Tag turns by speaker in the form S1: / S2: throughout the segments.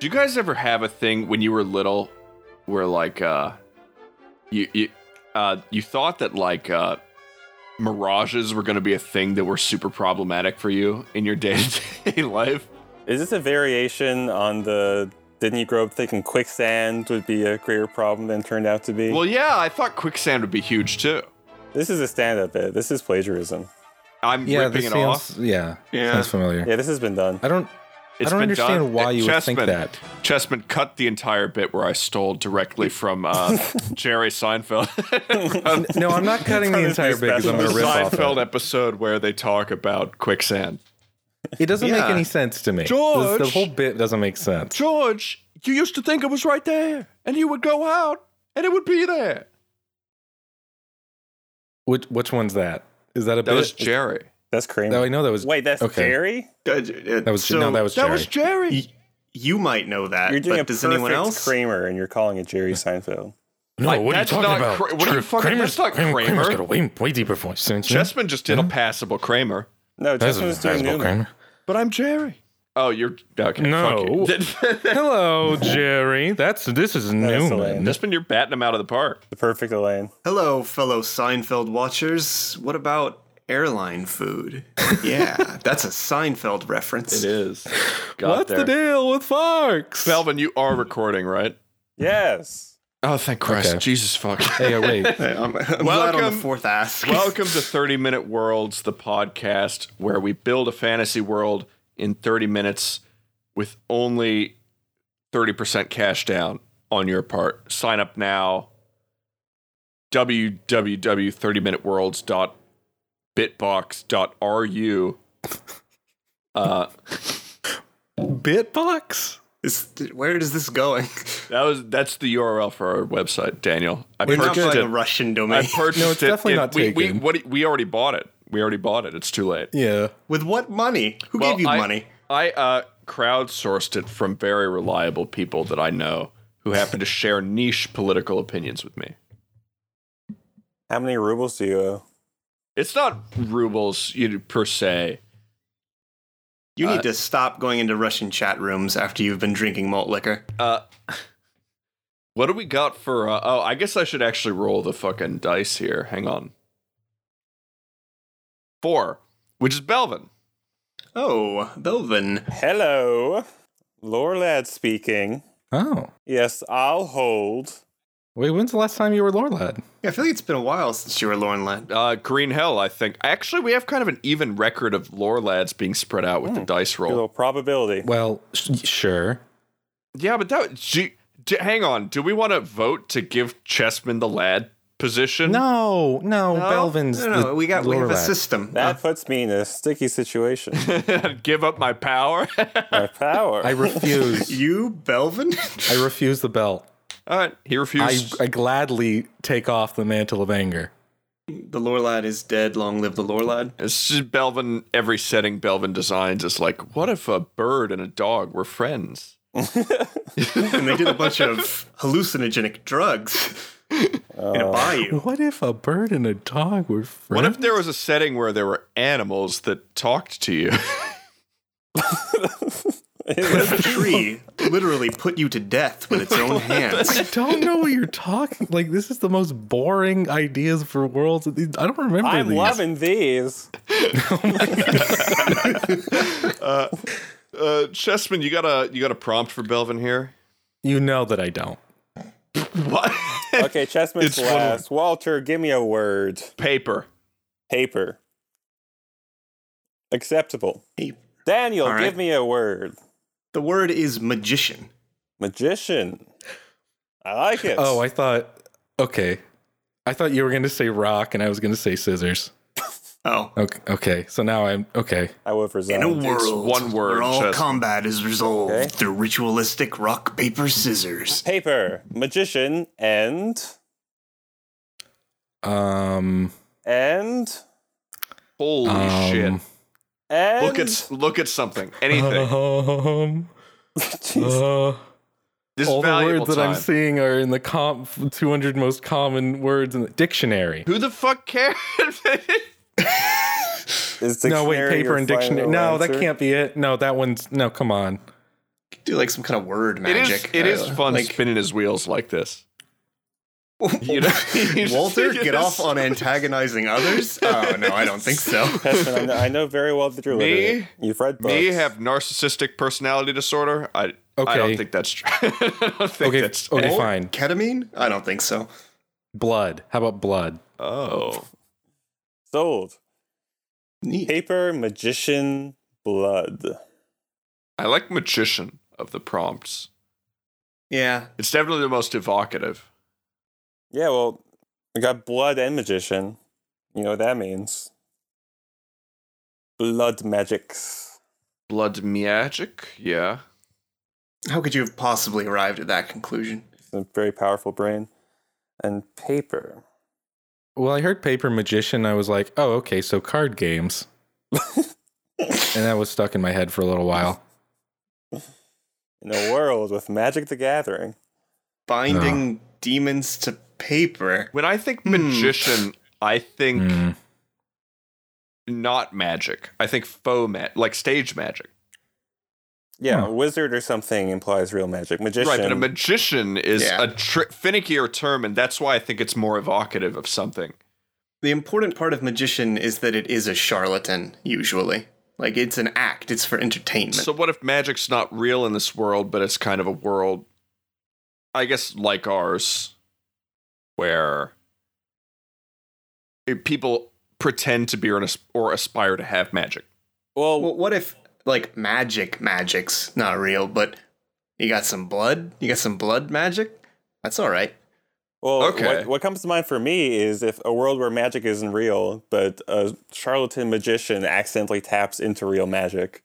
S1: Do you guys ever have a thing when you were little where like uh you you uh you thought that like uh mirages were going to be a thing that were super problematic for you in your day-to-day life?
S2: Is this a variation on the didn't you grow up thinking quicksand would be a greater problem than it turned out to be?
S1: Well, yeah, I thought quicksand would be huge too.
S2: this is a stand up bit. This is plagiarism.
S1: I'm
S3: Yeah,
S1: ripping
S3: this
S1: it
S3: sounds,
S1: off.
S3: yeah,
S4: Yeah.
S3: sounds familiar.
S2: Yeah, this has been done.
S3: I don't.
S1: It's
S3: I don't
S1: been
S3: understand
S1: done.
S3: why
S1: It-
S3: you would think
S1: Chessman-
S3: that.
S1: Chessman cut the entire bit where I stole directly from uh, Jerry Seinfeld. From
S3: No, I'm not cutting the
S2: From
S3: entire
S2: his
S3: bit because I'm going
S1: the
S3: to rip off.
S1: Seinfeld
S3: It.
S1: episode where they talk about quicksand.
S3: it doesn't make
S1: Yeah.
S3: any sense to me. This- the
S1: George!
S3: whole bit doesn't make sense.
S1: George, you used to think it was right there, and you would go out, and it would be there.
S3: Which which one's that? Is that a
S1: That
S3: bit?
S1: was Jerry.
S2: That's Kramer.
S3: No, I know that was.
S2: Wait, that's
S3: okay.
S2: Jerry?
S4: That
S3: That was no, that was Jerry.
S1: That was Jerry.
S4: Y- you might know that,
S2: You're doing
S4: but
S2: a
S4: does
S2: perfect
S4: anyone else?
S2: Kramer and you're calling it Jerry Seinfeld.
S3: no,
S1: Like, that's not Kra- what are you
S3: Jer-
S1: fucking- that's not
S3: Kramer- Kramer's
S1: Kramer.
S3: got a way, way deeper voice. Don't you?
S1: Chessman just did a passable Kramer.
S2: No,
S3: That's
S2: Justin was
S3: that's
S2: doing
S3: about
S2: Newman.
S1: But I'm Jerry. Oh, you're okay.
S3: No.
S1: fuck you.
S3: Hello, Jerry. That's this is Newman.
S1: Desmond, you're batting him out of the park.
S2: The perfect Elaine.
S4: Hello, fellow Seinfeld watchers. What about airline food? Yeah, that's a Seinfeld reference.
S1: is.
S3: What's the deal with Fox?
S1: Melvin, you are recording, right?
S2: Yes.
S1: Oh, thank Christ.
S3: Okay.
S1: Jesus fuck.
S3: Hey, oh, wait.
S4: Hey, I'm, i on
S1: Welcome-
S4: the fourth ask.
S1: Welcome to 30 Minute Worlds, the podcast where we build a fantasy world in 30 minutes with only 30% cash down on your part. Sign up now. www.30minuteworlds.bitbox.ru. Uh,
S3: Bitbox.
S4: Is- where is this going?
S1: that was that's the URL for our website, Daniel. I
S4: We're not
S1: purchased
S4: buying
S1: it.
S4: a Russian
S1: I
S4: domain.
S1: purchased
S3: No, it's
S1: it.
S3: definitely
S1: It-
S3: not
S1: we, we,
S3: taken.
S1: what, we already bought it. We already bought it. It's too late.
S3: Yeah.
S4: With what money? Who
S1: Well,
S4: gave you
S1: I,
S4: money?
S1: I uh, crowdsourced it from very reliable people that I know who happen to share niche political opinions with me.
S2: How many rubles do you owe?
S1: It's not rubles you know, per se.
S4: You need
S1: uh,
S4: to stop going into Russian chat rooms after you've been drinking malt liquor.
S1: Uh, what do we got for? Uh, oh, I guess I should actually roll the fucking dice here. Hang on. Four, which is Belvin.
S4: Oh, Belvin.
S2: Hello. Lorlad speaking.
S3: Oh.
S2: Yes, I'll hold.
S3: Wait, when's the last time you were Lorelad?
S4: Yeah, I feel like it's been a while since you were Lauren Lad.
S1: Uh, Green Hill, I think. Actually, we have kind of an even record of lore lads being spread out with
S4: Hmm.
S1: the dice
S2: Your
S1: roll.
S2: little probability.
S3: Well, sh- sure.
S1: Yeah, but that. Gee, d- hang on. Do we want to vote to give Chessman the lad position?
S3: No, no,
S1: No?
S3: Belvin's.
S4: No, no,
S3: the
S4: no, we got we have a
S3: Lorelad.
S4: system.
S3: uh,
S2: That puts me in a sticky situation.
S1: give up my power.
S2: My power.
S3: I refuse.
S4: you, Belvin?
S3: I refuse the belt.
S1: All right, he
S3: I,
S1: refused.
S3: I gladly take off the mantle of anger.
S4: the Lorelad is dead. Long live the Lorelad.
S1: It's just Belvin. Every setting Belvin designs is like, what if a bird and a dog were friends?
S4: and they did a bunch of hallucinogenic drugs in a bayou.
S3: What if a bird and a dog were friends?
S1: What if there was a setting where there were animals that talked to you?
S4: What if a tree literally put you to death with its own hands?
S3: I don't know what you're talking. Like this is the most boring ideas for worlds. I don't remember
S2: I'm
S3: these.
S2: loving these.
S1: Uh, Chessman, you got a you got a prompt for Belvin here.
S3: You know that I don't.
S1: What
S2: Okay, Chessman's
S1: It's one of-
S2: last. Walter, give me a word.
S1: paper?
S2: Paper. Acceptable.
S4: Hey,
S2: Daniel,
S4: All right.
S2: give me a word.
S4: the word is magician.
S2: Magician. I like it.
S3: Oh, I thought. Okay, I thought you were going to say rock, and I was going to say scissors.
S4: Oh.
S3: Okay, okay. So now I'm okay.
S2: I would resign.
S4: In a
S1: It's
S4: world
S1: one word,
S4: where all
S1: Chess.
S4: combat is resolved
S2: Okay.
S4: through ritualistic rock, paper, scissors.
S2: Paper, magician, and
S3: Um,
S2: and
S1: Holy
S3: um,
S1: shit!
S2: and
S1: Look at s- look at something. Anything.
S3: Um,
S2: Jeez.
S3: uh,
S1: This
S3: all
S1: is
S3: the
S1: valuable
S3: words that I'm
S1: time.
S3: seeing are in the comp 200 most common words in the dictionary.
S1: Who the fuck cares?
S2: Is
S3: No, wait,
S2: dictionary
S3: paper
S2: your
S3: and dictionary.
S2: final
S3: No, that
S2: answer?
S3: can't be it. No, that one's no. Come on.
S4: do like some kind of word magic.
S1: It is, it is
S4: Uh,
S1: fun
S4: like-
S1: spinning his wheels like this. You know, you just-
S4: Walter,
S1: you
S4: get
S1: just-
S4: off on antagonizing others? Oh no, I don't think so.
S2: Pesman, I know, I know very well that you're
S1: Me?
S2: literate. You've read books.
S1: Me have narcissistic personality disorder. I I
S3: Okay.
S1: don't think that's true. I don't think
S3: Okay,
S1: that's
S3: okay.
S4: Or
S3: fine.
S4: Ketamine? I don't think so.
S3: Blood. How about blood?
S1: Oh.
S2: sold
S4: Neat.
S2: paper magician blood.
S1: I like magician of the prompts.
S4: Yeah.
S1: It's definitely the most evocative.
S2: Yeah, well, we got blood and magician. You know what that means? Blood magics.
S1: Blood magic, yeah.
S4: How could you have possibly arrived at that conclusion?
S2: It's a very powerful brain. And paper.
S3: Well, I heard paper magician. I was like, oh, okay, so card games. and that was stuck in my head for a little while.
S2: In a world with Magic the Gathering.
S4: Binding demons to paper.
S1: When I think
S4: Hmm.
S1: magician, I think
S3: Mm.
S1: not magic. I think faux ma- like stage magic.
S2: Yeah,
S3: Huh.
S2: a wizard or something implies real magic. Magician.
S1: Right, but a magician is
S4: Yeah.
S1: a tri- finickier term, and that's why I think it's more evocative of something.
S4: The important part of magician is that it is a charlatan, usually. Like it's an act, it's for entertainment.
S1: So what if magic's not real in this world, but it's kind of a world, I guess, like ours, where i- people pretend to be or, as- or aspire to have magic. oh.
S2: well,
S4: well, what if like magic magic's not real, but you got some blood? You got some blood magic? That's all right.
S2: Well,
S1: Okay.
S2: what, what comes to mind for me is if a world where magic isn't real, but a charlatan magician accidentally taps into real magic,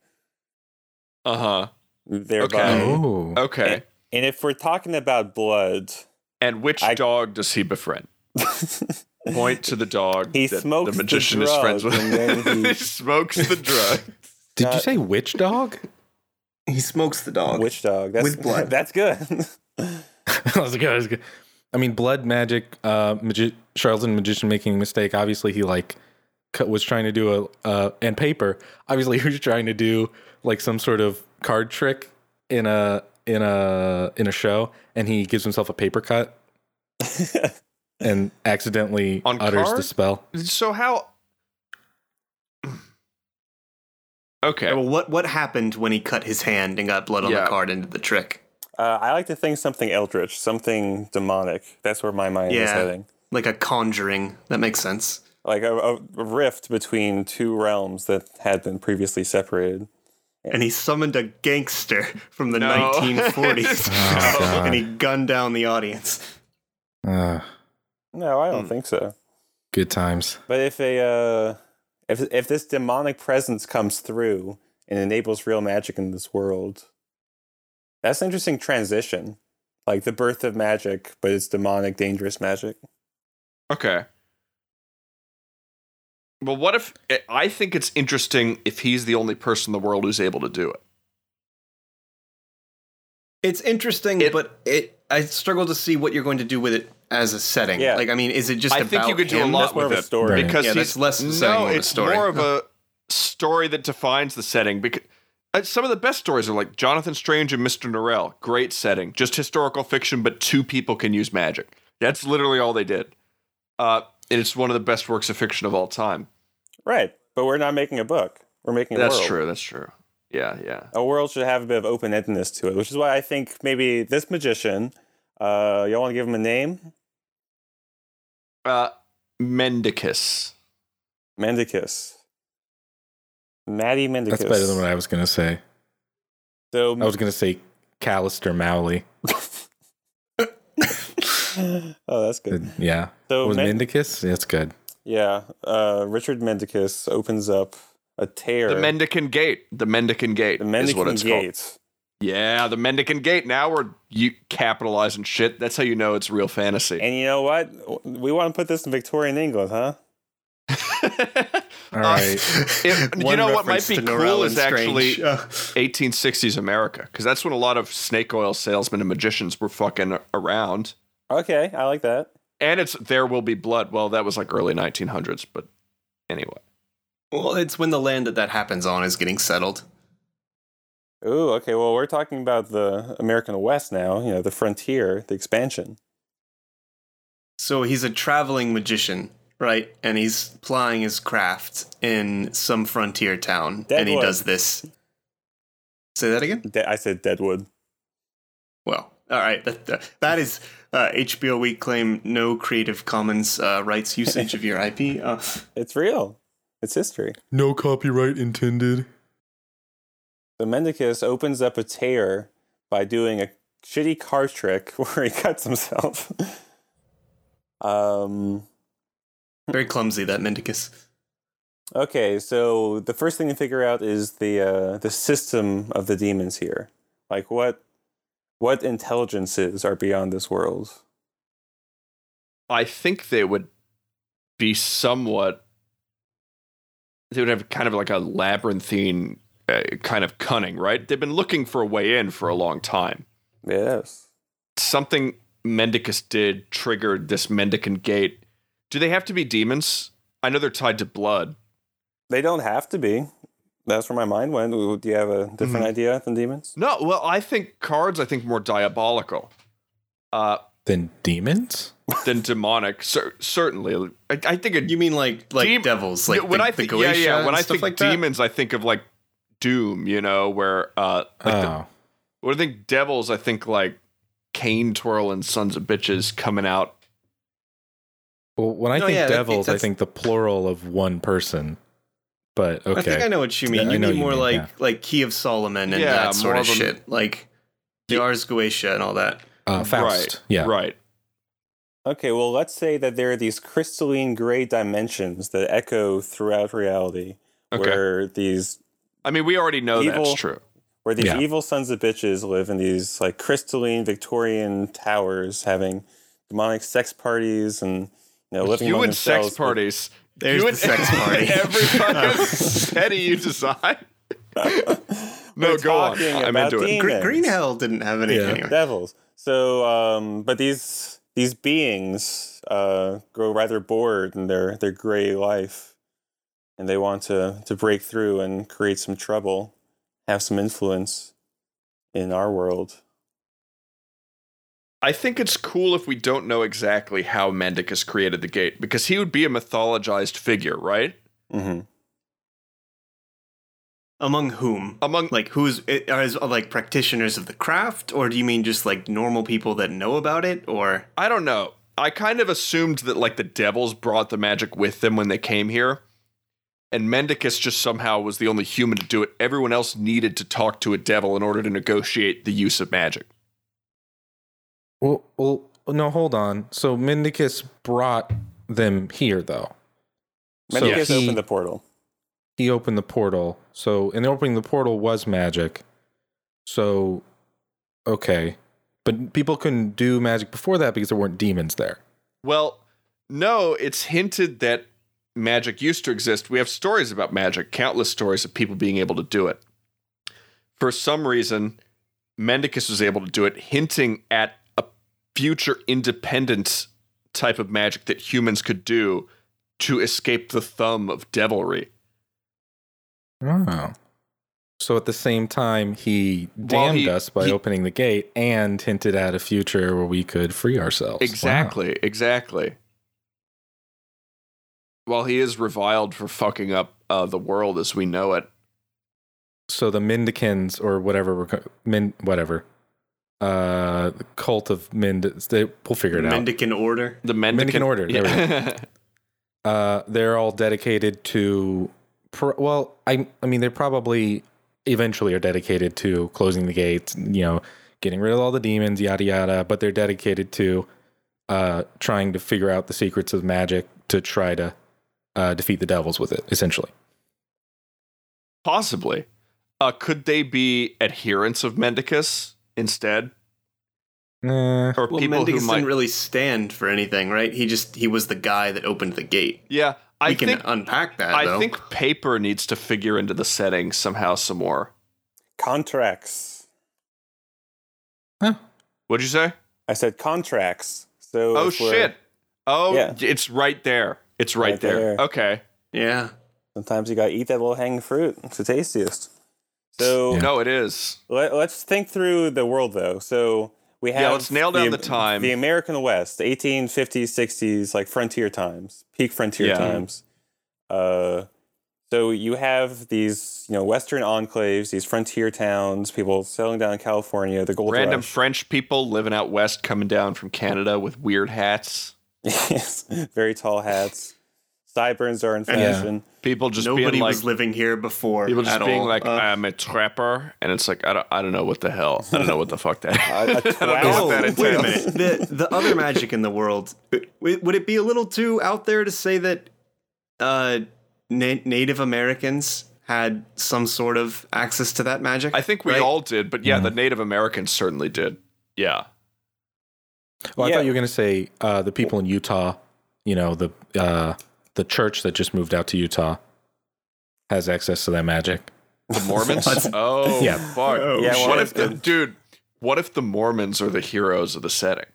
S1: Uh
S3: Uh-huh.
S1: huh.
S2: thereby.
S1: Okay.
S3: Oh.
S1: Okay.
S2: And if we're talking about blood,
S1: And which
S2: I-
S1: dog does he befriend? Point to the dog
S2: He
S1: that the
S2: smokes the
S1: magician is
S2: drug,
S1: friends with.
S2: and then he-
S1: he smokes the drug.
S3: Did
S2: Uh,
S3: you say witch dog?
S4: He smokes the dog.
S2: witch dog. That's,
S4: With blood.
S2: That's good.
S3: that was good. That was good. I mean, blood magic, uh, magi- charlatan magician making a mistake. Obviously, he like cut, was trying to do a uh, and paper. Obviously, he was trying to do like some sort of card trick in a in a in a show, and he gives himself a paper cut and accidentally
S1: On
S3: utters the
S1: card?
S3: spell.
S1: So how? Okay.
S4: Well, what what happened when he cut his hand and got blood on
S1: Yeah.
S4: the card into the trick?
S2: uh, I like to think something eldritch, something demonic. That's where my mind is
S4: Yeah.
S2: heading.
S4: Like a conjuring. That makes sense.
S2: Like a, a rift between two realms that had been previously separated.
S4: And he summoned a gangster from the
S1: No.
S4: 1940s,
S3: Oh, God.
S4: and he gunned down the audience.
S3: Uh,
S2: No, I don't
S1: Hmm.
S2: think so.
S3: good times.
S2: But if a uh, if if this demonic presence comes through and enables real magic in this world, that's an interesting transition, like the birth of magic, but it's demonic, dangerous magic.
S1: Okay. Well, what if I- I think it's interesting if he's the only person in the world who's able to do it?
S4: It's interesting,
S1: It-
S4: but it I struggle to see what you're going to do with it as a setting.
S2: Yeah.
S4: Like, I mean, is it just
S1: I
S4: about
S1: think you could do a
S4: him?
S1: lot
S2: That's more
S1: with
S2: of a
S1: it
S2: story.
S3: Right.
S1: because
S4: Yeah, that's
S1: he's,
S4: less the setting
S1: no,
S4: than the
S1: it's
S4: story.
S1: more of a story that defines the setting. Because uh, some of the best stories are like Jonathan Strange and Mister Norrell. Great setting, just historical fiction, but two people can use magic. That's literally all they did, uh, and it's one of the best works of fiction of all time.
S2: Right, but we're not making a book. We're making a
S1: that's
S2: world.
S1: true. That's true. Yeah, yeah.
S2: A world should have a bit of open endedness to it, which is why I think maybe this magician. Uh, y'all want to give him a name?
S1: Uh, Mendicus.
S2: Mendicus. Maddie Mendicus.
S3: That's better than what I was gonna say.
S2: So
S3: I was gonna say Callister Mowley.
S2: oh, that's good.
S3: Yeah,
S2: So
S3: was
S2: Men-
S3: Mendicus? That's good.
S2: Yeah, uh, Richard Mendicus opens up a tear.
S1: The Mendicant Gate. The Mendicant Gate
S2: the
S1: is what it's called.
S2: Gate.
S1: Yeah, the Mendicant Gate. Now we're you capitalizing shit. That's how you know it's real fantasy.
S2: And you know what? We want to put this in Victorian England, huh?
S3: All right.
S1: Uh, It- you
S4: One
S1: know what might
S4: reference
S1: be
S4: to
S1: cool
S4: Norell
S1: is
S4: and
S1: actually
S4: Strange. Ugh.
S1: 1860s America, because that's when a lot of snake oil salesmen and magicians were fucking around.
S2: Okay, I like that.
S1: And it's There Will Be Blood. Well, that was like early 1900s, but anyway.
S4: Well, it's when the land that that happens on is getting settled.
S2: Ooh, okay. Well, we're talking about the American West now, you know, the frontier, the expansion.
S4: So he's a traveling magician, right? And he's plying his craft in some frontier town, and he
S2: Deadwood.
S4: does this. Say that again.
S2: De- I said Deadwood.
S4: Well, all right. That, that- that is uh, HBO Week claim no Creative Commons uh, rights usage of your IP. Uh,
S2: It's real. It's history.
S3: No copyright intended.
S2: So Mendicus opens up a tear by doing a shitty car trick where he cuts himself. um,
S4: very clumsy that Mendicus.
S2: Okay, so the first thing to figure out is the uh, the system of the demons here. Like what what intelligences are beyond this world?
S1: I think they would be somewhat. They would have kind of like a labyrinthine uh, kind of cunning, right? They've been looking for a way in for a long time.
S2: Yes.
S1: Something Mendicus did triggered this mendicant gate. Do they have to be demons? I know they're tied to blood.
S2: They don't have to be. That's where my mind went. Do you have a different idea than demons?
S1: No, well, I think cards. I think more diabolical uh,
S3: Then demons?
S1: than demonic. Cer- certainly, I, I think it,
S4: You mean like like
S1: Dem-
S4: devils, like
S1: when
S4: the,
S1: I
S4: the
S1: think, yeah,
S4: Galatia
S1: yeah.
S4: and
S1: When I
S4: stuff
S1: think
S4: like that?
S1: demons, I think of like doom. You know, where uh, like the
S3: oh.
S1: When I think devils, I think like cane twirling sons of bitches coming out.
S3: well, when I
S4: No,
S3: think
S4: yeah, that-
S3: devils, I
S4: that's-
S3: think the plural of one person. But okay.
S4: I think I know what you
S3: Yeah,
S4: mean.
S3: I
S4: You
S3: know
S4: mean
S3: you
S4: more
S3: mean,
S4: like
S3: yeah.
S4: like Key of Solomon and
S1: Yeah,
S4: that sort
S1: more
S4: of
S1: of a-
S4: shit, like the
S1: Yeah.
S4: Ars Goetia and all that.
S3: uh, Faust.
S1: Right,
S3: yeah.
S1: Right.
S2: Okay, well, let's say that there are these crystalline gray dimensions that echo throughout reality,
S1: Okay.
S2: where these
S1: I mean, we already know
S2: Evil-
S1: that's true.
S2: where these
S3: Yeah.
S2: evil sons of bitches live in these like crystalline Victorian towers, having demonic sex parties and you know living
S1: You
S2: among
S1: and sex
S2: themselves.
S1: parties.
S4: There's
S1: you and
S4: the sex party.
S1: Every fucking
S4: Oh.
S1: city you design. no,
S2: We're
S1: go on.
S2: talking
S1: I'm
S2: about
S1: into it.
S2: demons.
S4: Gre- Green Hell didn't have any.
S3: Yeah.
S4: Anyway.
S2: devils. So, um, but these these beings uh, grow rather bored in their their gray life, and they want to to break through and create some trouble, have some influence in our world.
S1: I think it's cool if we don't know exactly how Mendicus created the gate because he would be a mythologized figure, right?
S2: hmm
S4: Among whom?
S1: Among
S4: Like who's it- are is- are, like practitioners of the craft, or do you mean just like normal people that know about it? Or
S1: I don't know. I kind of assumed that like the devils brought the magic with them when they came here. And Mendicus just somehow was the only human to do it. Everyone else needed to talk to a devil in order to negotiate the use of magic.
S3: Well, well, no, hold on. So Mendicus brought them here, though. So
S2: Mendicus
S3: he-
S2: opened the portal.
S3: he opened the portal. So, and opening the portal was magic. So, okay. But people couldn't do magic before that because there weren't demons there.
S1: Well, no, it's hinted that magic used to exist. We have stories about magic, countless stories of people being able to do it. For some reason, Mendicus was able to do it, hinting at a future independent type of magic that humans could do to escape the thumb of devilry.
S3: Oh. So at the same time, he
S1: While
S3: damned
S1: he-
S3: us by
S1: he-
S3: opening the gate and hinted at a future where we could free ourselves. Wow.
S1: Exactly, exactly. While he is reviled for fucking up uh, the world as we know it,
S3: So the Mendicans or whatever, we're, co- Min, whatever, uh, the cult of Mend, they, we'll figure it out.
S4: mendicant order?
S1: the
S3: Mendicant
S1: mendicant,
S3: order, there we
S1: Yeah.
S3: uh, they're all dedicated to pro- well I, I mean they probably eventually are dedicated to closing the gates you know getting rid of all the demons yada yada but they're dedicated to uh, trying to figure out the secrets of magic to try to uh, defeat the devils with it essentially
S1: Possibly. Uh, could they be adherents of Mendicus instead,
S3: Eh,
S1: or
S4: Well,
S1: people
S4: Mendicus
S1: who might?
S4: didn't really stand for anything, right? He just he was the guy that opened the gate.
S1: yeah, I
S4: we can
S1: think
S4: unpack that.
S1: I
S4: though.
S1: think paper needs to figure into the setting somehow some more.
S2: Contracts.
S1: What'd you say?
S2: I said contracts. So
S1: Oh
S2: if we're-
S1: shit! Oh,
S2: Yeah.
S1: it's right there. It's right,
S2: Right
S1: there.
S2: there.
S1: Okay.
S4: yeah.
S2: Sometimes you gotta eat that little hanging fruit. It's the tastiest. So
S3: Yeah.
S1: No, it is.
S2: let, us think through the world though. So we have
S1: Yeah, let's nail down the time.
S2: The American West, 1850s, 60s, like frontier times, peak frontier
S1: Yeah.
S2: times. Uh, so you have these, you know, Western enclaves, these frontier towns, people settling down in California, the gold
S1: Random
S2: rush.
S1: French people living out west coming down from Canada with weird hats.
S2: yes, very tall hats. Sideburns are in
S3: Yeah.
S2: fashion.
S1: People just
S4: Nobody
S1: being like
S4: was living here before.
S1: people just
S4: at
S1: being
S4: all.
S1: like
S4: Uh,
S1: I'm a trapper and it's like I don't I don't know what the hell. I don't know what the fuck that. I
S2: A- a
S1: don't know
S2: twat.
S1: what that
S4: Oh, wait a
S1: entails.
S4: minute. The the other magic in the world. w- Would it be a little too out there to say that uh, na- Native Americans had some sort of access to that magic?
S1: I think we
S4: Right?
S1: all did, but yeah, the Native Americans certainly did. Yeah.
S3: Well, I
S2: Yeah.
S3: thought you were going to say uh, the people in Utah. You know the uh, the church that just moved out to Utah has access to that magic.
S1: The Mormons? oh,
S3: Yeah.
S1: fuck.
S4: Oh,
S2: Yeah,
S1: what
S2: well,
S1: if the dude, what if the Mormons are the heroes of the setting?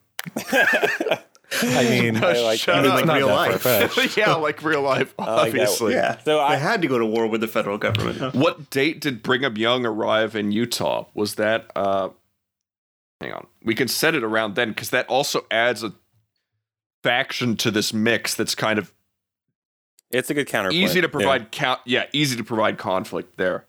S3: I mean,
S2: I like
S1: shut
S4: that.
S1: up.
S4: Like real
S3: that
S4: life.
S3: far-fetched.
S1: yeah, like real life,
S2: like that.
S1: obviously.
S4: yeah.
S2: So
S4: I
S2: I-
S4: had to go to war with the federal government. huh?
S1: What date did Brigham Young arrive in Utah? Was that uh hang on. We can set it around then because that also adds a faction to this mix that's kind of
S2: It's a good counterpoint.
S1: easy to provide count yeah, easy to provide conflict there.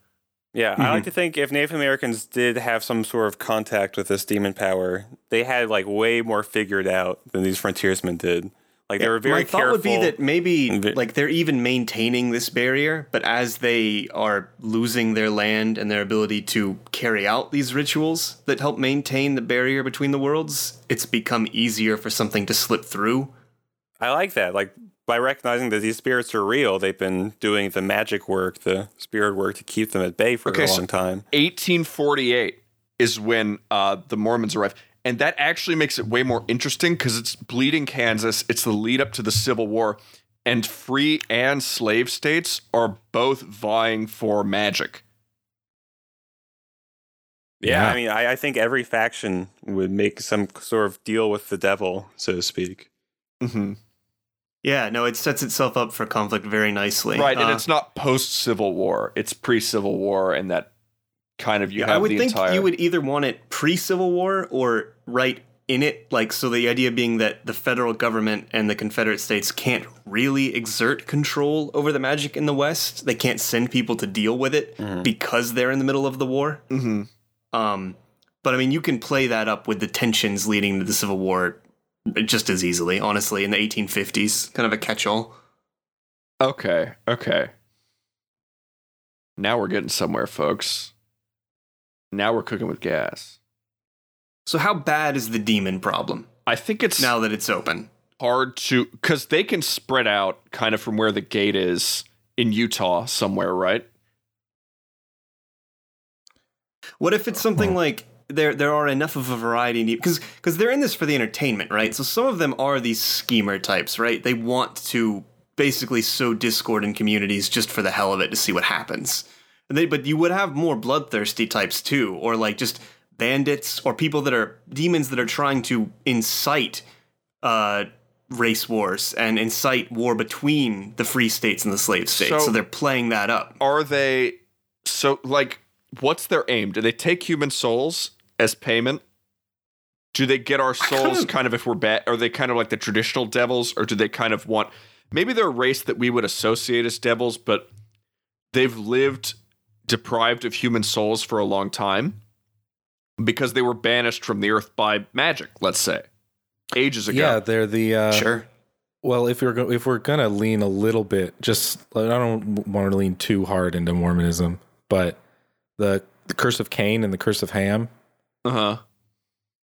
S2: Yeah, I
S4: Mm-hmm.
S2: like to think if Native Americans did have some sort of contact with this demon power, they had like way more figured out than these frontiersmen did. Like they were very
S4: My
S2: careful.
S4: thought would be that maybe
S2: and ve-
S4: like they're even maintaining this barrier, but as they are losing their land and their ability to carry out these rituals that help maintain the barrier between the worlds, it's become easier for something to slip through.
S2: I like that. Like by recognizing that these spirits are real, they've been doing the magic work, the spirit work to keep them at bay for
S1: Okay,
S2: a
S1: so-
S2: long time.
S1: 1848 is when uh, the Mormons arrive. And that actually makes it way more interesting because it's bleeding Kansas. It's the lead up to the Civil War. And free and slave states are both vying for magic.
S2: Yeah, I mean, I, I think every faction would make some sort of deal with the devil, so to speak.
S1: Mm-hmm.
S4: Yeah, no, it sets itself up for conflict very nicely.
S1: Right. and
S4: Uh,
S1: it's not post Civil War, it's pre Civil War. And that kind of, you
S4: yeah,
S1: have
S4: I would
S1: the
S4: think
S1: entire.
S4: you would either want it pre Civil War or right in it. Like, so the idea being that the federal government and the Confederate states can't really exert control over the magic in the West. They can't send people to deal with it
S1: Mm-hmm.
S4: because they're in the middle of the war.
S1: hmm
S4: Um, but I mean, you can play that up with the tensions leading to the Civil War just as easily, honestly, in the 1850s. Kind of a catch all.
S1: Okay. Okay. Now we're getting somewhere, folks. Now we're cooking with gas.
S4: So, how bad is the demon problem
S1: I think it's
S4: now that it's open?
S1: hard to because they can spread out kind of from where the gate is in Utah somewhere, right?
S4: What if it's something
S3: Hmm.
S4: like there there are enough of a variety because because they're in this for the entertainment, right? So some of them are these schemer types, right? They want to basically sow discord in communities just for the hell of it to see what happens. And they, but you would have more bloodthirsty types too, or like just bandits or people that are demons that are trying to incite uh, race wars and incite war between the free states and the slave states.
S1: So-
S4: so they're playing that up.
S1: Are they so like what's their aim? Do they take human souls as payment? Do they get our souls
S4: kinda-
S1: kind of if we're bad? Are they kind of like the traditional devils or do they kind of want maybe they're a race that we would associate as devils, but they've lived deprived of human souls for a long time because they were banished from the earth by magic, let's say. Ages ago.
S3: yeah, they're the uh,
S4: sure.
S3: Well, if we're go- if we're gonna lean a little bit, just I don't want to lean too hard into Mormonism, but the, the curse of Cain and the curse of Ham.
S1: Uh-huh.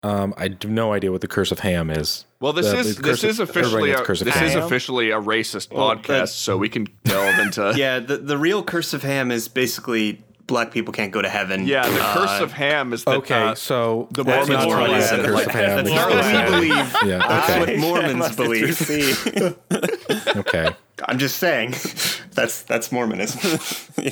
S3: Um, I have no idea what the curse of Ham is.
S1: Well, this
S3: The-
S1: is
S3: the
S1: this
S3: cursive-
S1: is officially
S3: everybody
S1: a,
S3: gets
S1: this
S3: cursive
S1: is
S2: ham.
S1: officially a racist
S4: Well,
S1: podcast,
S4: that-
S1: so we can delve into yeah.
S4: Yeah, the, the real curse of Ham is basically black people can't go to heaven.
S1: the curse
S4: Uh,
S1: of ham is that
S3: okay,
S1: uh,
S3: so
S1: the
S3: that's
S1: Mormons
S3: not
S1: were
S3: really
S1: like
S3: the
S1: that,
S3: curse
S1: like,
S3: of Ham.
S4: that's
S3: which
S4: not
S3: is
S4: what we
S3: bad.
S4: believe.
S3: Yeah.
S4: That's
S3: Okay.
S4: what Mormons
S2: must
S4: believe.
S2: intercede.
S3: okay.
S4: I'm just saying, that's that's Mormonism.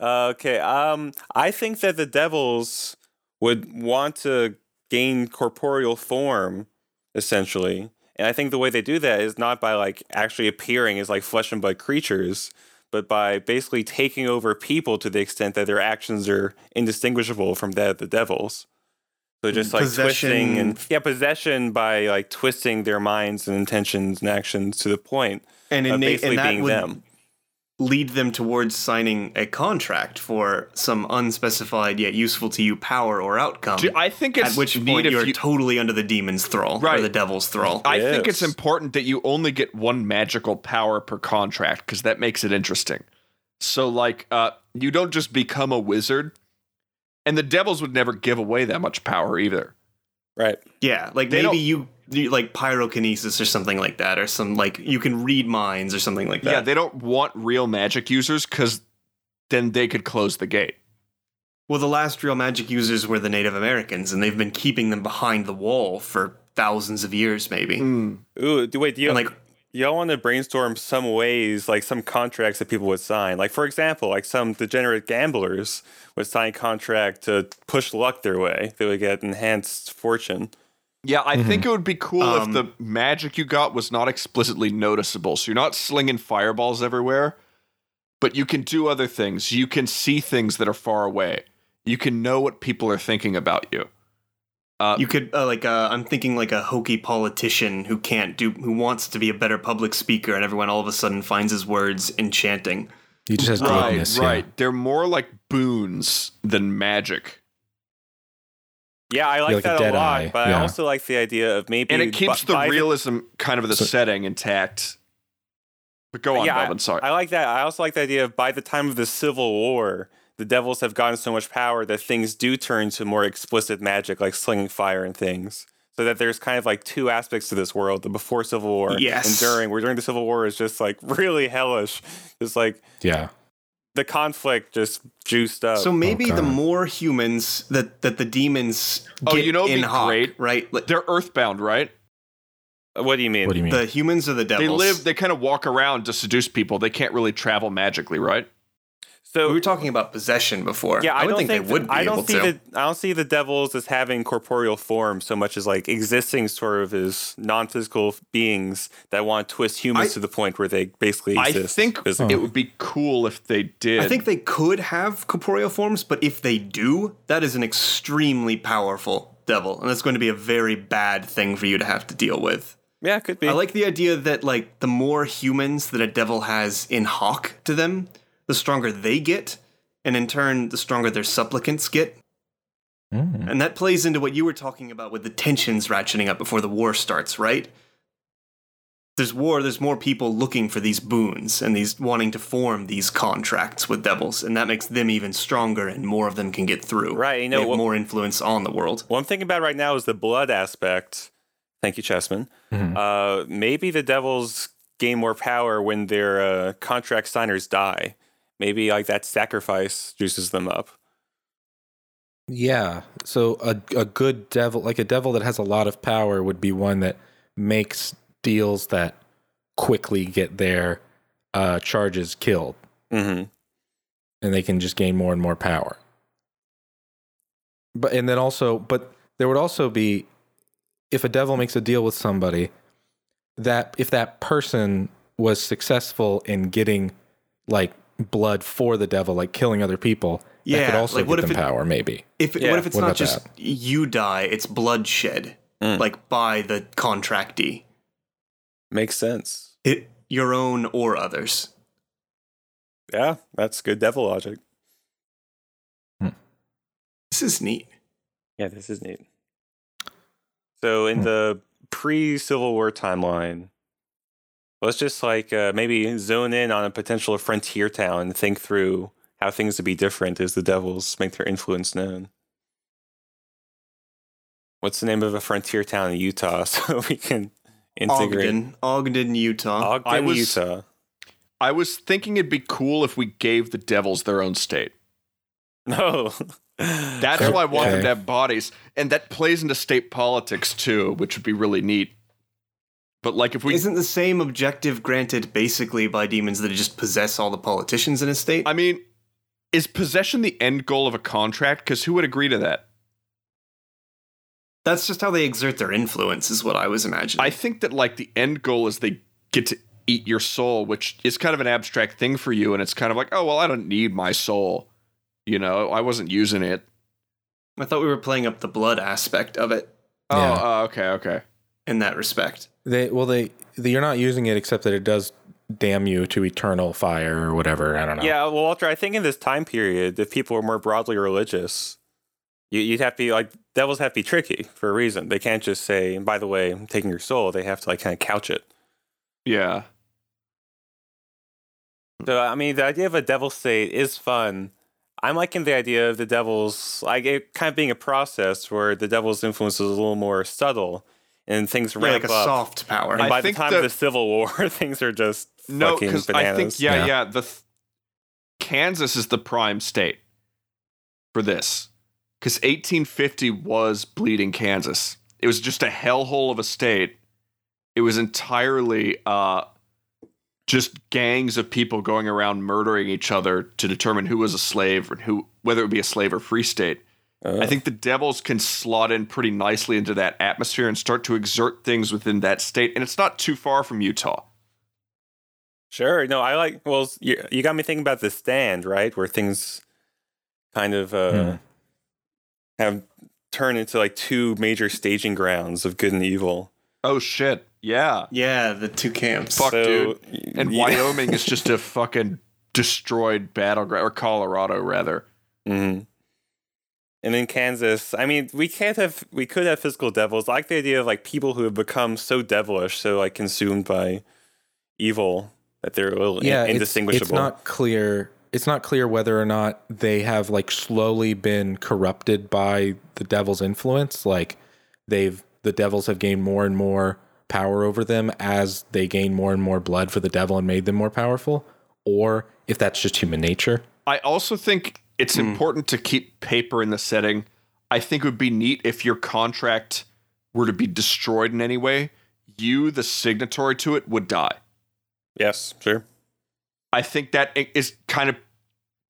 S2: okay. Um, I think that the devils would want to gain corporeal form, essentially. And I think the way they do that is not by like actually appearing as like flesh and blood creatures, but by basically taking over people to the extent that their actions are indistinguishable from that of the devils.
S4: Mm,
S2: So just like twisting and yeah, possession by like twisting their minds and intentions and actions to the point
S4: and
S2: of
S4: innate,
S2: basically
S4: and that
S2: being
S4: would
S2: them.
S4: lead them towards signing a contract for some unspecified yet useful to you power or outcome.
S1: Do- I think
S4: at
S1: it's
S4: which
S1: neat
S4: point
S1: if
S4: you're
S1: you-
S4: totally under the demon's thrall
S1: Right.
S4: or the devil's thrall.
S1: I think it's
S2: Yes.
S1: important that you only get one magical power per contract because that makes it interesting. So, like, uh, you don't just become a wizard, and the devils would never give away that much power either.
S2: Right.
S4: yeah, like
S1: They
S4: maybe
S1: don't-
S4: you, you like pyrokinesis or something like that, or some like you can read minds or something like that.
S1: Yeah, they don't want real magic users because then they could close the gate.
S4: Well, the last real magic users were the Native Americans, and they've been keeping them behind the wall for thousands of years, maybe.
S1: Mm,
S2: Ooh, do, wait, do you
S4: And like,
S2: y'all want to brainstorm some ways like some contracts that people would sign like for example like some degenerate gamblers would sign contract to push luck their way they would get enhanced fortune
S1: Yeah, I think
S3: Mm-hmm.
S1: it would be cool
S4: Um,
S1: if the magic you got was not explicitly noticeable. So you're not slinging fireballs everywhere, but you can do other things. You can see things that are far away. You can know what people are thinking about you.
S4: you could uh, like uh, I'm thinking like a hokey politician who can't do who wants to be a better public speaker, and everyone all of a sudden finds his words enchanting.
S3: He just has
S1: Right,
S3: gluttonous, yeah.
S1: right. They're more like boons than magic.
S2: yeah i like
S3: like a
S2: that a,
S3: dead
S2: lot
S3: eye,
S2: but i
S3: yeah.
S2: also like the idea of maybe
S1: And it keeps
S2: bu-
S1: the
S2: by
S1: realism kind of the
S3: So-
S1: setting intact. But go on,
S2: Yeah,
S1: Melvin. Sorry.
S2: i like that i also like the idea of by the time of the civil war the devils have gotten so much power that things do turn to more explicit magic like slinging fire and things so that there's kind of like two aspects to this world the before civil war
S4: Yes.
S2: and during where during the civil war is just like really hellish just like
S3: Yeah.
S2: the conflict just juiced
S1: Oh,
S2: up
S4: so maybe the
S3: God.
S4: more humans that that the demons
S1: Oh,
S4: get
S1: you know what'd
S4: in
S1: be
S4: hock,
S1: great?
S4: right? Like,
S1: They're earthbound, right?
S2: what do you mean
S3: What do you mean?
S4: the humans are the
S1: They
S4: devils.
S1: live, they kind of walk around to seduce people. They can't really travel magically, right?
S4: we
S2: so
S4: were talking about possession before.
S2: yeah i,
S4: would
S2: don't
S4: think, they would be
S2: i don't
S4: able
S2: see
S4: to.
S2: the i don't see the devils as having corporeal form so much as like existing sort of as non-physical beings that want to twist humans
S4: I-
S2: to the point where they basically
S1: I
S2: exist
S1: think
S2: physically.
S1: it would be cool if they did.
S4: I think they could have corporeal forms, but if they do, that is an extremely powerful devil, and that's going to be a very bad thing for you to have to deal with.
S2: yeah it could be
S4: I like the idea that like the more humans that a devil has in hawk to them, the stronger they get, and in turn, the stronger their supplicants get.
S2: Mm-hmm.
S3: Mm.
S4: And that plays into what you were talking about with the tensions ratcheting up before the war starts, right? There's war, there's more people looking for these boons and these wanting to form these contracts with devils, and that makes them even stronger and more of them can get through.
S2: Right, you know
S4: They have
S2: what-
S4: more influence on the world.
S2: what i'm thinking about right now is the blood aspect thank you chessman
S3: Mhm.
S2: uh maybe the devils gain more power when their uh, contract signers die maybe like that sacrifice juices them up
S3: Yeah. So a a good devil, like a devil that has a lot of power, would be one that makes deals that quickly get their uh, charges killed,
S2: mm-hmm
S3: and they can just gain more and more power. But and then also, but there would also be if a devil makes a deal with somebody that if that person was successful in getting like blood for the devil, like killing other people, that could
S4: Yeah,
S3: also
S4: like,
S3: give
S4: what
S3: them
S4: if it-
S3: power, maybe.
S4: If
S2: Yeah,
S4: what if it's
S3: what
S4: not
S3: about
S4: just you die, it's bloodshed,
S2: Mm.
S4: like by the contractee,
S2: Makes sense.
S4: it, your own or others.
S2: Yeah, that's good devil logic.
S4: This is neat.
S2: Yeah, this is neat. Hmm. So in the pre-Civil War timeline, let's just like uh, maybe zone in on a potential frontier town and think through how things would be different as the devils make their influence known. What's the name of a frontier town in Utah so we can integrate
S4: Ogden, Ogden, Utah.
S2: Ogden,
S1: I was-
S2: Utah?
S1: I was thinking it'd be cool if we gave the devils their own state.
S2: No,
S1: That's why I want them
S3: Okay.
S1: to have bodies, and that plays into state politics too, which would be really neat. But like, if we,
S4: Isn't the same objective granted basically by demons that just possess all the politicians in a state?
S1: I mean, is possession the end goal of a contract? Because who would agree to that?
S4: That's just how they exert their influence, is what I was imagining.
S1: I think that like the end goal is they get to eat your soul, which is kind of an abstract thing for you. And it's kind of like, oh, well, I don't need my soul. You know, I wasn't using it.
S4: I thought we were playing up the blood aspect of it
S1: Oh,
S3: Yeah.
S1: uh, okay, okay.
S4: in that respect.
S3: They well they, they you're not using it except that it does damn you to eternal fire or whatever. I don't know.
S2: Yeah, well, Walter, I think in this time period, if people were more broadly religious, you, you'd have to be like devils have to be tricky for a reason. They can't just say, and by the way, I'm taking your soul. They have to like kind of couch it.
S1: Yeah. Hmm.
S2: So I mean, the idea of a devil state is fun. I'm liking the idea of the devil's like it kind of being a process where the devil's influence is a little more subtle and things
S4: Yeah,
S2: ramp
S4: like a
S2: up.
S4: soft power.
S2: And
S1: I
S2: by the
S1: think
S2: time
S1: the-
S2: of the Civil War, things are just
S1: No,
S2: fucking
S1: because
S2: bananas.
S1: I think yeah,
S3: Yeah.
S1: yeah. the th- Kansas is the prime state for this because 1850 was bleeding Kansas. It was just a hellhole of a state. It was entirely uh, just gangs of people going around murdering each other to determine who was a slave and who whether it would be a slave or free state.
S2: Uh,
S1: I think the Devils can slot in pretty nicely into that atmosphere and start to exert things within that state, and it's not too far from Utah.
S2: Sure. No, I like. Well, you, you got me thinking about the stand, right? Where things kind of uh,
S3: Mhm.
S2: have turned into like two major staging grounds of good and evil.
S1: Oh shit! Yeah.
S4: yeah, the two camps.
S1: Fuck, dude.
S2: y-
S1: And
S2: yeah.
S1: Wyoming is just a fucking destroyed battleground, or Colorado rather.
S2: Mhm. And in Kansas, I mean, we can't have. We could have physical devils. I like the idea of like people who have become so devilish, so like consumed by evil that they're a little
S3: yeah, it's-
S2: indistinguishable.
S3: It's, not clear. It's not clear whether or not they have like slowly been corrupted by the devil's influence. Like they've the devils have gained more and more power over them as they gain more and more blood for the devil and made them more powerful, or if that's just human nature.
S1: I also think it's important to keep paper in the setting. I think it would be neat if your contract were to be destroyed in any way, you, the signatory to it, would die.
S2: yes, sure.
S1: I think that i- is kind of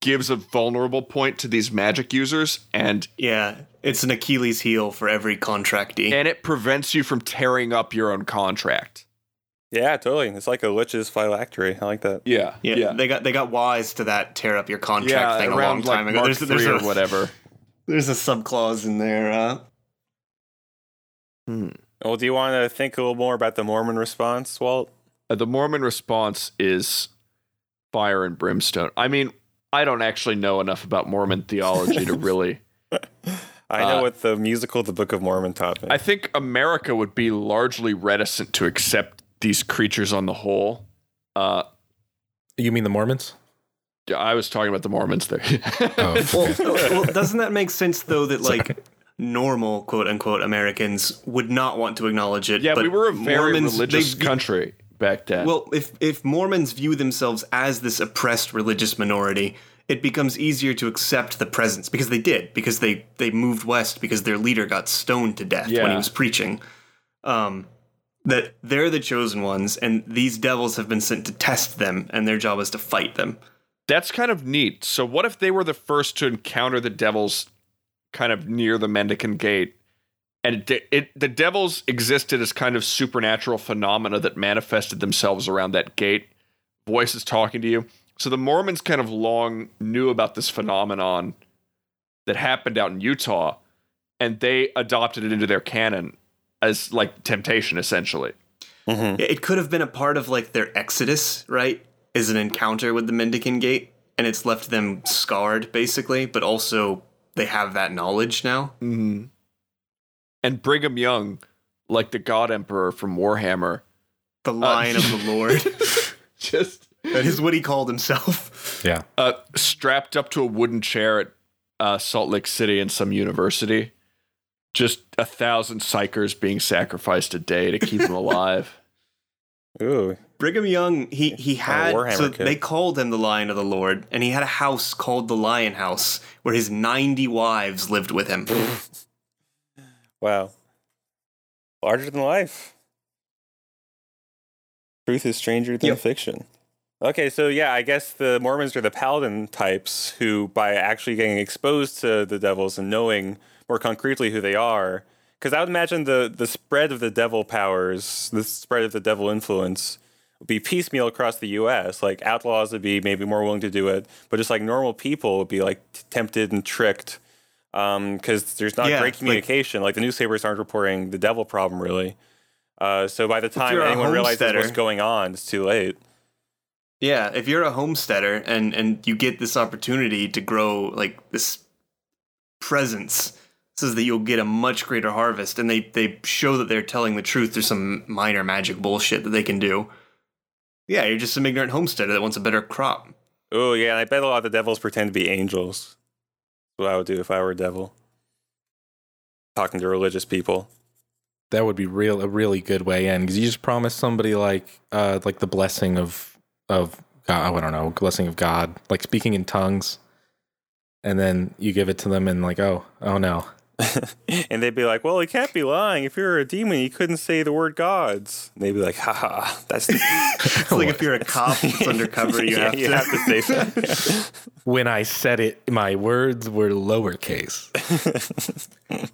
S1: gives a vulnerable point to these magic users and
S4: Yeah, it's an Achilles heel for every contractee.
S1: and it prevents you from tearing up your own contract.
S2: Yeah, totally. It's like a lich's phylactery. I like that.
S1: Yeah.
S4: yeah, they got they got wise to that tear up your contract
S1: Yeah,
S4: thing a long
S1: around
S4: time
S1: like
S4: ago.
S1: Mark
S4: There's, there's,
S1: III
S4: a,
S1: or whatever.
S4: there's a subclause in there. Uh,
S2: Well, do you want to think a little more about the Mormon response, Walt?
S1: Uh, the Mormon response is fire and brimstone. I mean, I don't actually know enough about Mormon theology to really.
S2: I know
S1: Uh,
S2: what the musical The Book of Mormon taught me.
S1: I think America would be largely reticent to accept these creatures on the whole. Uh,
S3: You mean the Mormons?
S1: I was talking about the Mormons there.
S4: well, well, doesn't that make sense though that like normal quote unquote Americans would not want to acknowledge it?
S1: yeah,
S4: but
S1: we were a very
S4: Mormons,
S1: religious
S4: they-
S1: country back then.
S4: Well, if if Mormons view themselves as this oppressed religious minority, it becomes easier to accept the presence because they did because they they moved west because their leader got stoned to death when
S1: Yeah.
S4: he was preaching. Um, that they're the chosen ones, and these devils have been sent to test them, and their job is to fight them.
S1: That's kind of neat. So, what if they were the first to encounter the devils kind of near the mendicant gate? And it, it, the devils existed as kind of supernatural phenomena that manifested themselves around that gate, voices talking to you. So, the Mormons kind of long knew about this phenomenon that happened out in Utah, and they adopted it into their canon as like temptation, essentially.
S2: Mhm.
S4: It it could have been a part of like their exodus, right? Is an encounter with the mendicant gate, and it's left them scarred basically, but also they have that knowledge now.
S1: Mm-hmm. And Brigham Young, like the God Emperor from Warhammer,
S4: The line of the Lord.
S1: just
S4: That is what he called himself.
S3: Yeah.
S1: uh, strapped up to a wooden chair at uh, Salt Lake City in some university. Just a thousand psychers being sacrificed a day to keep him alive.
S2: Ooh,
S4: Brigham Young, he he had
S2: Warhammer
S4: so
S2: kid.
S4: they called him the Lion of the Lord, and he had a house called the Lion House where his ninety wives lived with him.
S2: wow. Larger than life. Truth is stranger than
S4: Yep.
S2: fiction. Okay, so yeah, I guess the Mormons are the paladin types who, by actually getting exposed to the devils and knowing more concretely who they are, because I would imagine the, the spread of the devil powers, the spread of the devil influence would be piecemeal across the U.S. Like outlaws would be maybe more willing to do it, but just like normal people would be like t- tempted and tricked because there's not
S4: Yeah,
S2: great
S4: like-
S2: communication. Like, the newspapers aren't reporting the devil problem really. Uh, so by the time
S4: you're a
S2: anyone realizes what's
S4: homesteader-
S2: going on, it's too late.
S4: Yeah, if you're a homesteader and and you get this opportunity to grow like this presence, says that you'll get a much greater harvest, and they they show that they're telling the truth through some minor magic bullshit that they can do. Yeah, you're just some ignorant homesteader that wants a better crop.
S2: Oh yeah, and I bet a lot of the devils pretend to be angels. That's what I would do if I were a devil. Talking to religious people.
S3: That would be real a really good way in because you just promise somebody like uh like the blessing of of God, I don't know blessing of God like speaking in tongues, and then you give it to them and like oh oh no
S2: and they'd be like, "Well, he can't be lying. If you were a demon, you couldn't say the word gods." And they'd be like, "Ha ha, that's
S4: It's like if you're a cop that's undercover, you,
S2: Yeah,
S4: have,
S2: you
S4: to.
S2: have to say that.
S3: when I said it my words were lowercase
S4: Yeah,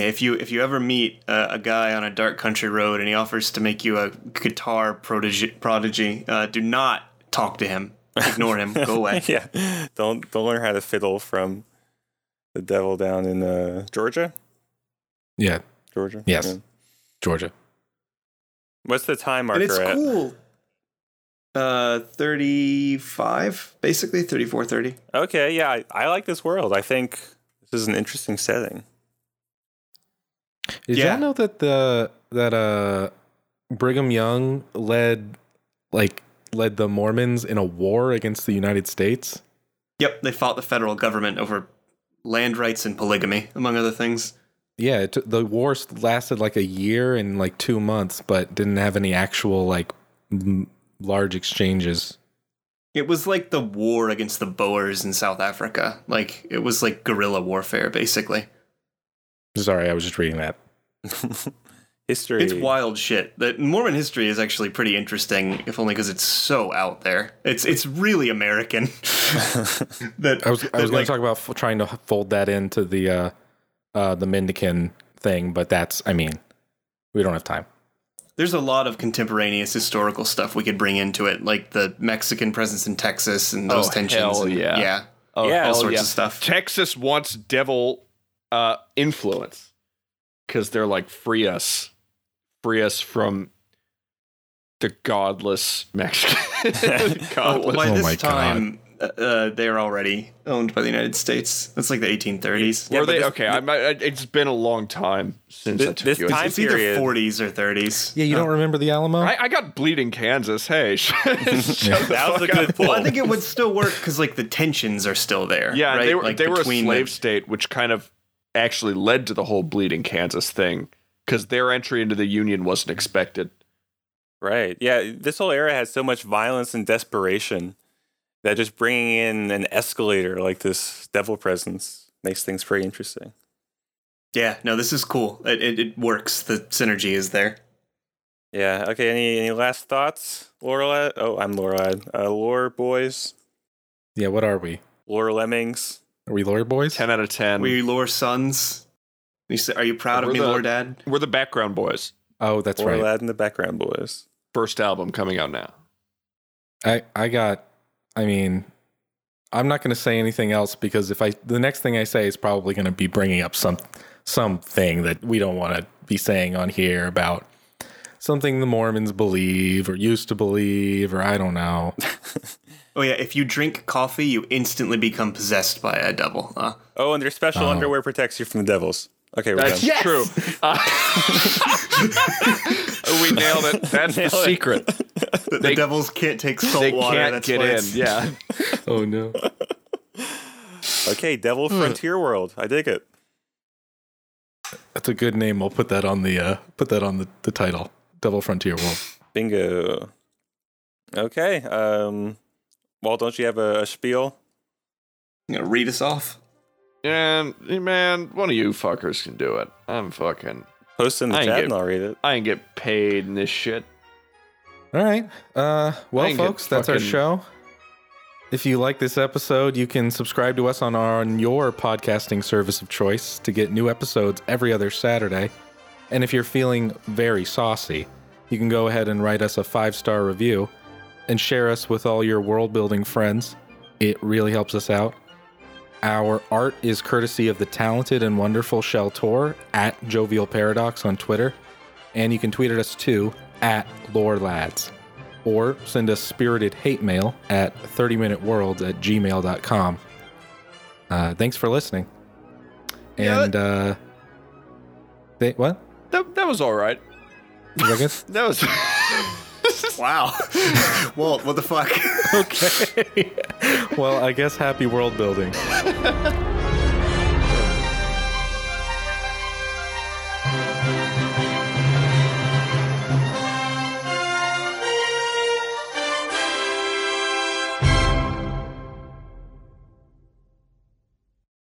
S4: if you if you ever meet a, a guy on a dark country road and he offers to make you a guitar protege, prodigy, uh, do not talk to him. Ignore him. Go away.
S2: yeah, don't don't learn how to fiddle from the devil down in uh, Georgia.
S3: yeah
S2: Georgia.
S3: Yes.
S2: Yeah.
S3: Georgia
S2: What's the time marker
S4: and it's
S2: at?
S4: cool. Uh, 35, basically 34, 30.
S2: Okay, yeah, I, I like this world. I think this is an interesting setting.
S3: Did
S4: Yeah.
S3: y'all know that the that uh Brigham Young led like led the Mormons in a war against the United States?
S4: Yep, they fought the federal government over land rights and polygamy, among other things.
S3: Yeah, it, took- the war s- lasted like a year and like 2 months but didn't have any actual like m- large exchanges.
S4: It was like the war against the Boers in South Africa. Like, it was like guerrilla warfare, basically.
S3: Sorry, I was just reading that.
S2: History.
S4: It's wild shit. That Mormon history is actually pretty interesting, if only because it's so out there. It's it's really American. that
S3: I was I was going to
S4: like,
S3: talk about f- trying to h- fold that into the uh uh the Mendican thing, but that's I mean, we don't have time.
S4: there's a lot of contemporaneous historical stuff we could bring into it, like the Mexican presence in Texas and those
S1: Oh,
S4: tensions.
S1: hell
S4: and-
S1: yeah.
S4: yeah,
S1: Oh,
S2: Yeah,
S4: all
S1: hell
S4: sorts
S1: yeah.
S4: of stuff.
S1: Texas wants devil uh, influence because they're like free us, free us from the godless Mexican. godless.
S4: By
S3: Oh
S4: this
S3: my
S4: time, uh, uh, they're already owned by the United States. That's like the 1830s.
S1: Were
S2: Yeah, but
S1: they
S2: this-
S1: okay? I, might- I, it's been a long time since I
S2: Thi-
S1: took
S2: this
S1: you.
S2: time
S4: It's either
S2: period.
S4: 40s or 30s.
S3: Yeah, you don't remember the Alamo?
S1: I, I got bleeding Kansas. Hey, shut the
S2: That was
S1: fuck
S2: a
S1: up.
S2: good pull.
S4: I think it would still work because like the tensions are still there.
S1: Yeah,
S4: right?
S1: they were
S4: like,
S1: they were a
S4: between
S1: slave
S4: the-
S1: state, which kind of actually led to the whole bleeding Kansas thing because their entry into the Union wasn't expected.
S2: Right. Yeah. This whole era had so much violence and desperation that just bringing in an escalator like this devil presence makes things very interesting.
S4: Yeah, no, this is cool. It, it, it works. The synergy is there.
S2: Yeah. Okay. Any any last thoughts, Lorelai? Oh, I'm Lorelai. Uh, Lore boys,
S3: yeah, what are we?
S2: Lore lemmings.
S3: Are we lawyer boys?
S1: Ten out of ten.
S4: Were you lore sons? You say, are you proud
S1: We're
S4: of me,
S1: the-
S4: lore dad?
S1: We're the background boys.
S3: Oh, that's
S2: Lorelai
S3: right.
S2: and the background boys.
S1: First album coming out now.
S3: I I got. I mean, I'm not going to say anything else because if I the next thing I say is probably going to be bringing up some something that we don't want to be saying on here about something the Mormons believe or used to believe or I don't know.
S4: Oh yeah, if you drink coffee, you instantly become possessed by a devil. Uh,
S2: Oh, and their special underwear protects you from the devils. Okay, we're done.
S1: That's true. Uh, we nailed it. That's the
S2: it.
S1: secret.
S4: the, the
S1: They-
S4: devils can't take salt
S1: They
S4: water.
S1: can't
S4: that's
S1: get
S4: why
S1: in.
S4: it's-
S1: Yeah.
S3: Oh no.
S2: Okay, Devil
S1: Hmm.
S2: Frontier World. I dig it.
S3: That's a good name. I'll put that on the uh put that on the, the title. Devil Frontier World.
S2: Bingo. Okay. Um, Walt, don't you have a, a spiel?
S4: You know, read us off.
S1: And man, one of you fuckers can do it. I'm fucking.
S2: Post in the
S1: I ain't
S2: chat
S1: get-
S2: and I'll read it.
S1: I ain't get paid in this shit.
S3: All right. Uh,
S1: I
S3: well,
S1: didn't get
S3: folks, that's our
S1: fucking-
S3: show. If you like this episode, you can subscribe to us on our on your podcasting service of choice to get new episodes every other Saturday. And if you're feeling very saucy, you can go ahead and write us a five star review and share us with all your world building friends. It really helps us out. Our art is courtesy of the talented and wonderful Shell Tor at Jovial Paradox on Twitter. And you can tweet at us too at Lore Lads or send us spirited hate mail at 30minuteworlds at gmail.com. Uh, thanks for listening.
S1: Yeah,
S3: And uh, they, what?
S1: That, that was all right.
S3: Is that good?
S1: That was.
S4: Wow. Walt, what the fuck?
S3: okay. well, I guess happy world building.